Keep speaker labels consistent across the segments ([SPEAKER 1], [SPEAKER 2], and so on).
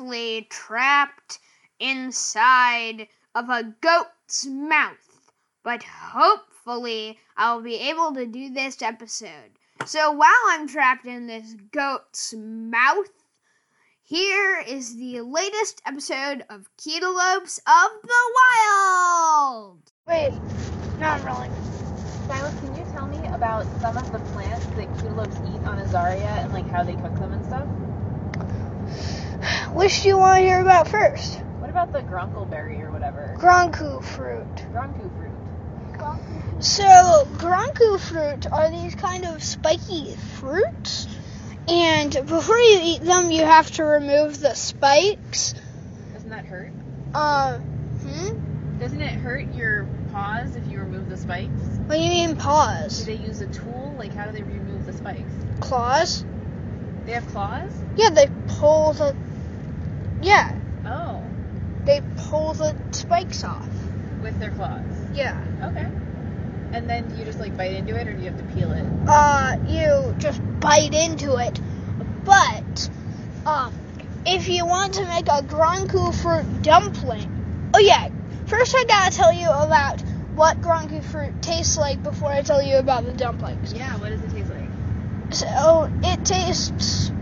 [SPEAKER 1] lay trapped inside of a goat's mouth. But hopefully, I'll be able to do this episode. So while I'm trapped in this goat's mouth, here is the latest episode of Ketelopes of the Wild.
[SPEAKER 2] Wait, no, I'm rolling.
[SPEAKER 3] Silas, can you tell me about some of the plants that cutulopes eat on Azaria and like how they cook them and stuff?
[SPEAKER 2] Which do you want to hear about first?
[SPEAKER 3] What about the grunkleberry or whatever?
[SPEAKER 2] Gronku fruit.
[SPEAKER 3] Gronku fruit.
[SPEAKER 2] So, gronku fruit are these kind of spiky fruits, and before you eat them, you have to remove the spikes.
[SPEAKER 3] Doesn't that hurt?
[SPEAKER 2] Uh, hmm?
[SPEAKER 3] Doesn't it hurt your paws if you remove the spikes?
[SPEAKER 2] What do you mean
[SPEAKER 3] Do
[SPEAKER 2] paws?
[SPEAKER 3] they use a tool? Like how do they remove the spikes?
[SPEAKER 2] Claws?
[SPEAKER 3] They have claws?
[SPEAKER 2] Yeah, they pull the. Yeah,
[SPEAKER 3] Oh,
[SPEAKER 2] they pull the spikes off.
[SPEAKER 3] with their claws.
[SPEAKER 2] Yeah.
[SPEAKER 3] Okay. And then do you just like bite into it or do you have to peel it?
[SPEAKER 2] uh, you just bite into it. But um, if you want to make a gronku fruit dumpling, oh yeah, first I gotta tell you about what gronku fruit tastes like before I tell you about the dumplings.
[SPEAKER 3] Yeah, what does it taste like?
[SPEAKER 2] So it tastes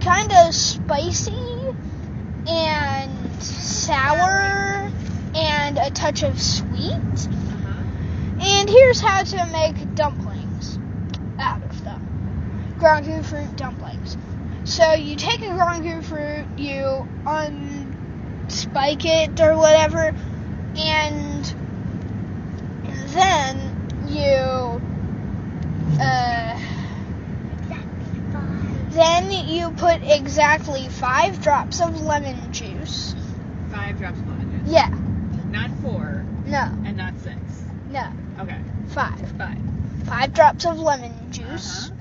[SPEAKER 2] kind of spicy and sour and a touch of sweet.
[SPEAKER 3] Uh-huh.
[SPEAKER 2] And here's how to make dumplings out of them. Gronku fruit dumplings. So you take a gronku fruit, you unspike it or whatever, and then you uh, then you put exactly five drops of lemon juice.
[SPEAKER 3] Five drops of lemon juice.
[SPEAKER 2] Yeah,
[SPEAKER 3] Not four
[SPEAKER 2] no,
[SPEAKER 3] and not six.
[SPEAKER 2] no,
[SPEAKER 3] Okay.
[SPEAKER 2] five.
[SPEAKER 3] Five.
[SPEAKER 2] Five drops of lemon juice.
[SPEAKER 3] Uh-huh.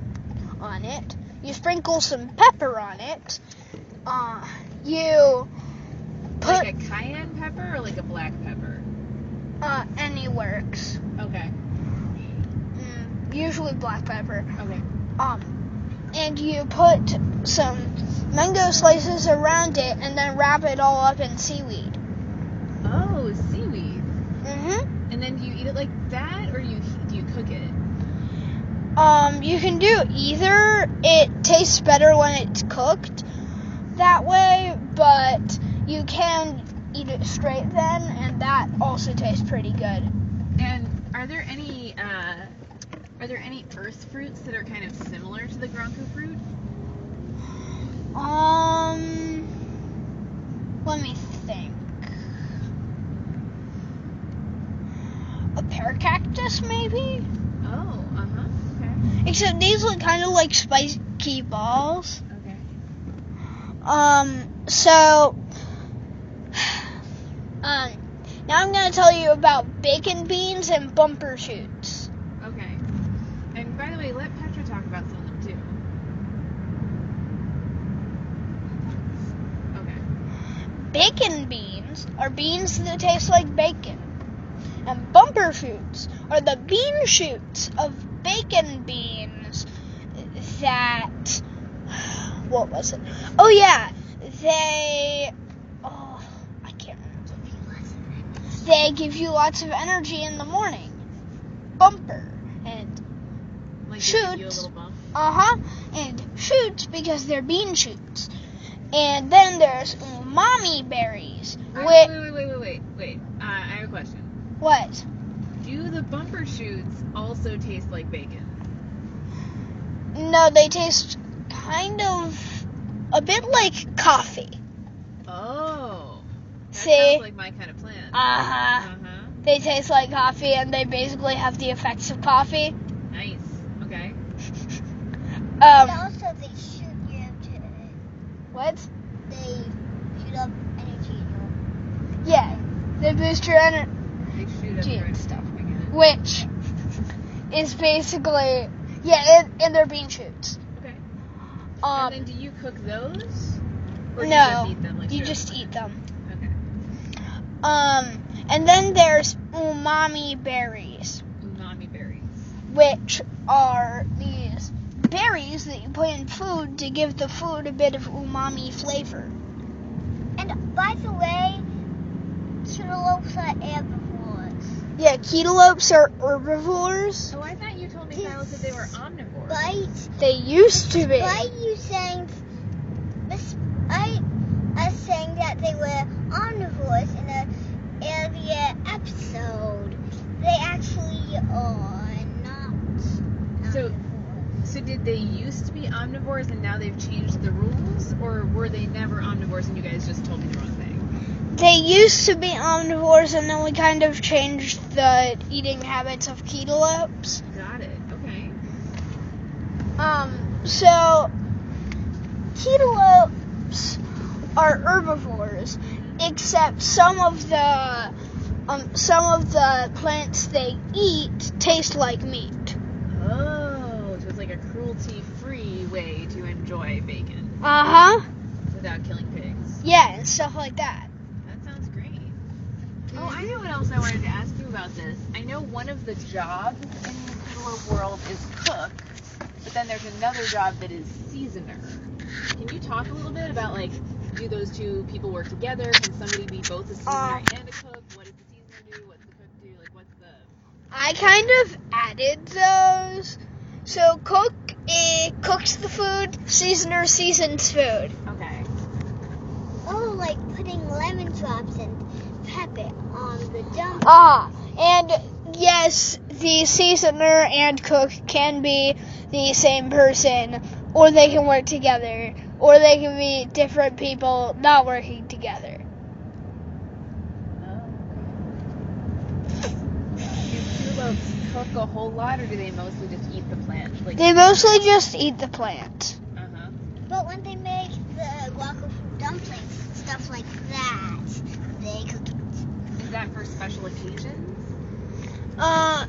[SPEAKER 2] on it. You sprinkle some pepper on it. Uh, you put
[SPEAKER 3] Like a cayenne pepper or like a black pepper?
[SPEAKER 2] uh, any works,
[SPEAKER 3] Okay.
[SPEAKER 2] mm, usually black pepper.
[SPEAKER 3] Okay.
[SPEAKER 2] Um, and you put some mango slices around it, and then wrap it all up in seaweed.
[SPEAKER 3] Oh, seaweed.
[SPEAKER 2] hmm
[SPEAKER 3] And then do you eat it like that or you do you cook it?
[SPEAKER 2] Um, you can do either. It tastes better when it's cooked that way, but you can eat it straight then, and that also tastes pretty good.
[SPEAKER 3] And are there any uh, are there any earth fruits that are kind of similar to the gronku fruit?
[SPEAKER 2] Um, let me think. A pear cactus, maybe?
[SPEAKER 3] Oh, uh huh.
[SPEAKER 2] Except these look kind of like spiky balls.
[SPEAKER 3] Okay. Okay.
[SPEAKER 2] Um, so, um, now I'm gonna tell you about bacon beans and bumper shoots.
[SPEAKER 3] Okay. And by the way, let Petra talk about some of them too. Okay.
[SPEAKER 2] Bacon beans are beans that taste like bacon. And bumper shoots are the bean shoots of bacon beans that. What was it? Oh, yeah. They. Oh, I can't remember. They give you lots of energy in the morning. Bumper. And.
[SPEAKER 3] Like they give you a
[SPEAKER 2] Shoots.
[SPEAKER 3] little bump.
[SPEAKER 2] Uh huh. And shoots because they're bean shoots. And then there's umami berries.
[SPEAKER 3] Uh,
[SPEAKER 2] Which.
[SPEAKER 3] Wait, wait, wait, wait, wait, wait. Uh, I have a question.
[SPEAKER 2] What?
[SPEAKER 3] Do the bumper shoots also taste like bacon?
[SPEAKER 2] No, they taste kind of a bit like coffee.
[SPEAKER 3] Oh. That
[SPEAKER 2] See?
[SPEAKER 3] sounds like my kind of plant.
[SPEAKER 2] Uh huh.
[SPEAKER 3] Uh-huh.
[SPEAKER 2] They taste like coffee and they basically have the effects of coffee.
[SPEAKER 3] Nice. Okay.
[SPEAKER 2] Um,
[SPEAKER 4] But also, they shoot you up to
[SPEAKER 2] what?
[SPEAKER 4] They shoot up energy. in
[SPEAKER 2] Yeah, they boost your energy,
[SPEAKER 3] They shoot up your
[SPEAKER 2] Jeez.
[SPEAKER 3] stuff again.
[SPEAKER 2] which is basically, yeah, and, and they're bean shoots.
[SPEAKER 3] Okay. and then
[SPEAKER 2] Um,
[SPEAKER 3] do you cook those? Or do you
[SPEAKER 2] no,
[SPEAKER 3] just eat them like
[SPEAKER 2] you
[SPEAKER 3] they're-
[SPEAKER 2] just eat them.
[SPEAKER 3] Okay.
[SPEAKER 2] Um, and then there's umami berries.
[SPEAKER 3] Umami berries.
[SPEAKER 2] which are these berries that you put in food to give the food a bit of umami flavor.
[SPEAKER 4] your- And And by the way, cantaloupes are herbivores.
[SPEAKER 2] Yeah, cantaloupes are herbivores.
[SPEAKER 3] Oh, I thought you told me, Silas, that they were omnivores.
[SPEAKER 4] Right?
[SPEAKER 2] They used to be.
[SPEAKER 4] Why are you saying? Miss, I, I was saying that they were omnivores in an earlier episode. They actually are not.
[SPEAKER 3] So-
[SPEAKER 4] omnivores.
[SPEAKER 3] So did they used to be omnivores and now they've changed the rules, or were they never omnivores and you guys just told me the wrong thing?
[SPEAKER 2] They used to be omnivores, and then we kind of changed the eating habits of cantaloupes.
[SPEAKER 3] Got it. Okay.
[SPEAKER 2] Um, so cantaloupes are herbivores, except some of the um, some of the plants they eat taste like meat.
[SPEAKER 3] Oh, so it's like a cruelty-free way to enjoy bacon
[SPEAKER 2] Uh huh.
[SPEAKER 3] without killing pigs.
[SPEAKER 2] Yeah, and stuff like that.
[SPEAKER 3] That sounds great. Oh, I know what else I wanted to ask you about this. I know one of the jobs in the cantaloupe world is cook, but then there's another job that is seasoner. Can you talk a little bit about like do those two people work together? Can somebody be both a seasoner
[SPEAKER 2] Uh,
[SPEAKER 3] and a cook? What does the seasoner do? What's the cook do? Like what's the
[SPEAKER 2] I kind of added those. So cook eh, cooks the food, seasoner seasons food.
[SPEAKER 3] Okay.
[SPEAKER 4] Oh, like putting lemon drops and pepper on the dump.
[SPEAKER 2] Ah, and yes, the seasoner and cook can be the same person, or they can work together, or they can be different people not working together.
[SPEAKER 3] Do cantaloupes cook a whole lot or do they mostly just eat the plant? Like
[SPEAKER 2] They mostly just eat the plant.
[SPEAKER 3] uh-huh.
[SPEAKER 4] But when they make the guaco dumplings, stuff like that, they cook it.
[SPEAKER 3] Is that for special occasions?
[SPEAKER 2] Uh,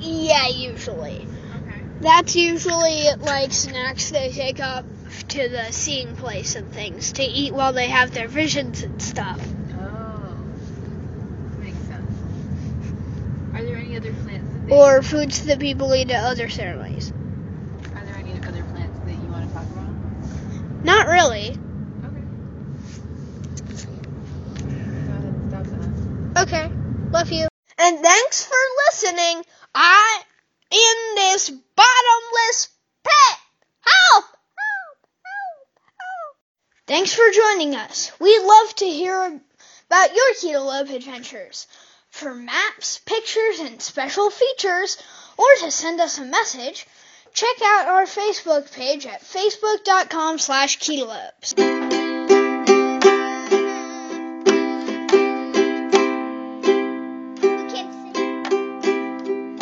[SPEAKER 2] yeah, usually.
[SPEAKER 3] Okay.
[SPEAKER 2] That's usually like snacks they take up to the seeing place and things to eat while they have their visions and stuff.
[SPEAKER 3] Oh, makes sense. Are there any other plants that they,
[SPEAKER 2] Or foods that people eat at other ceremonies.
[SPEAKER 3] are there any other plants that you want to talk about?
[SPEAKER 2] Not really.
[SPEAKER 3] Okay. Go ahead and stop that.
[SPEAKER 2] Okay. Love you. And thanks for listening. I in this bottomless pit. Help! Help! Help! Help! Thanks for joining us. We love to hear about your cantaloupe adventures. For maps, pictures, and special features, or to send us a message, check out our Facebook page at facebook.com slash catelopes.